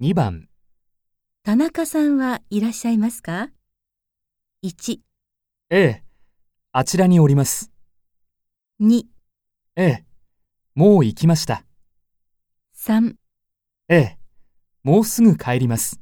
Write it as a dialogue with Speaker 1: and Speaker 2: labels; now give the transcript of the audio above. Speaker 1: 2番、
Speaker 2: 田中さんはいらっしゃいますか ?1、
Speaker 1: ええ、あちらにおります。
Speaker 2: 2、
Speaker 1: ええ、もう行きました。
Speaker 2: 3
Speaker 1: ええ、もうすぐ帰ります。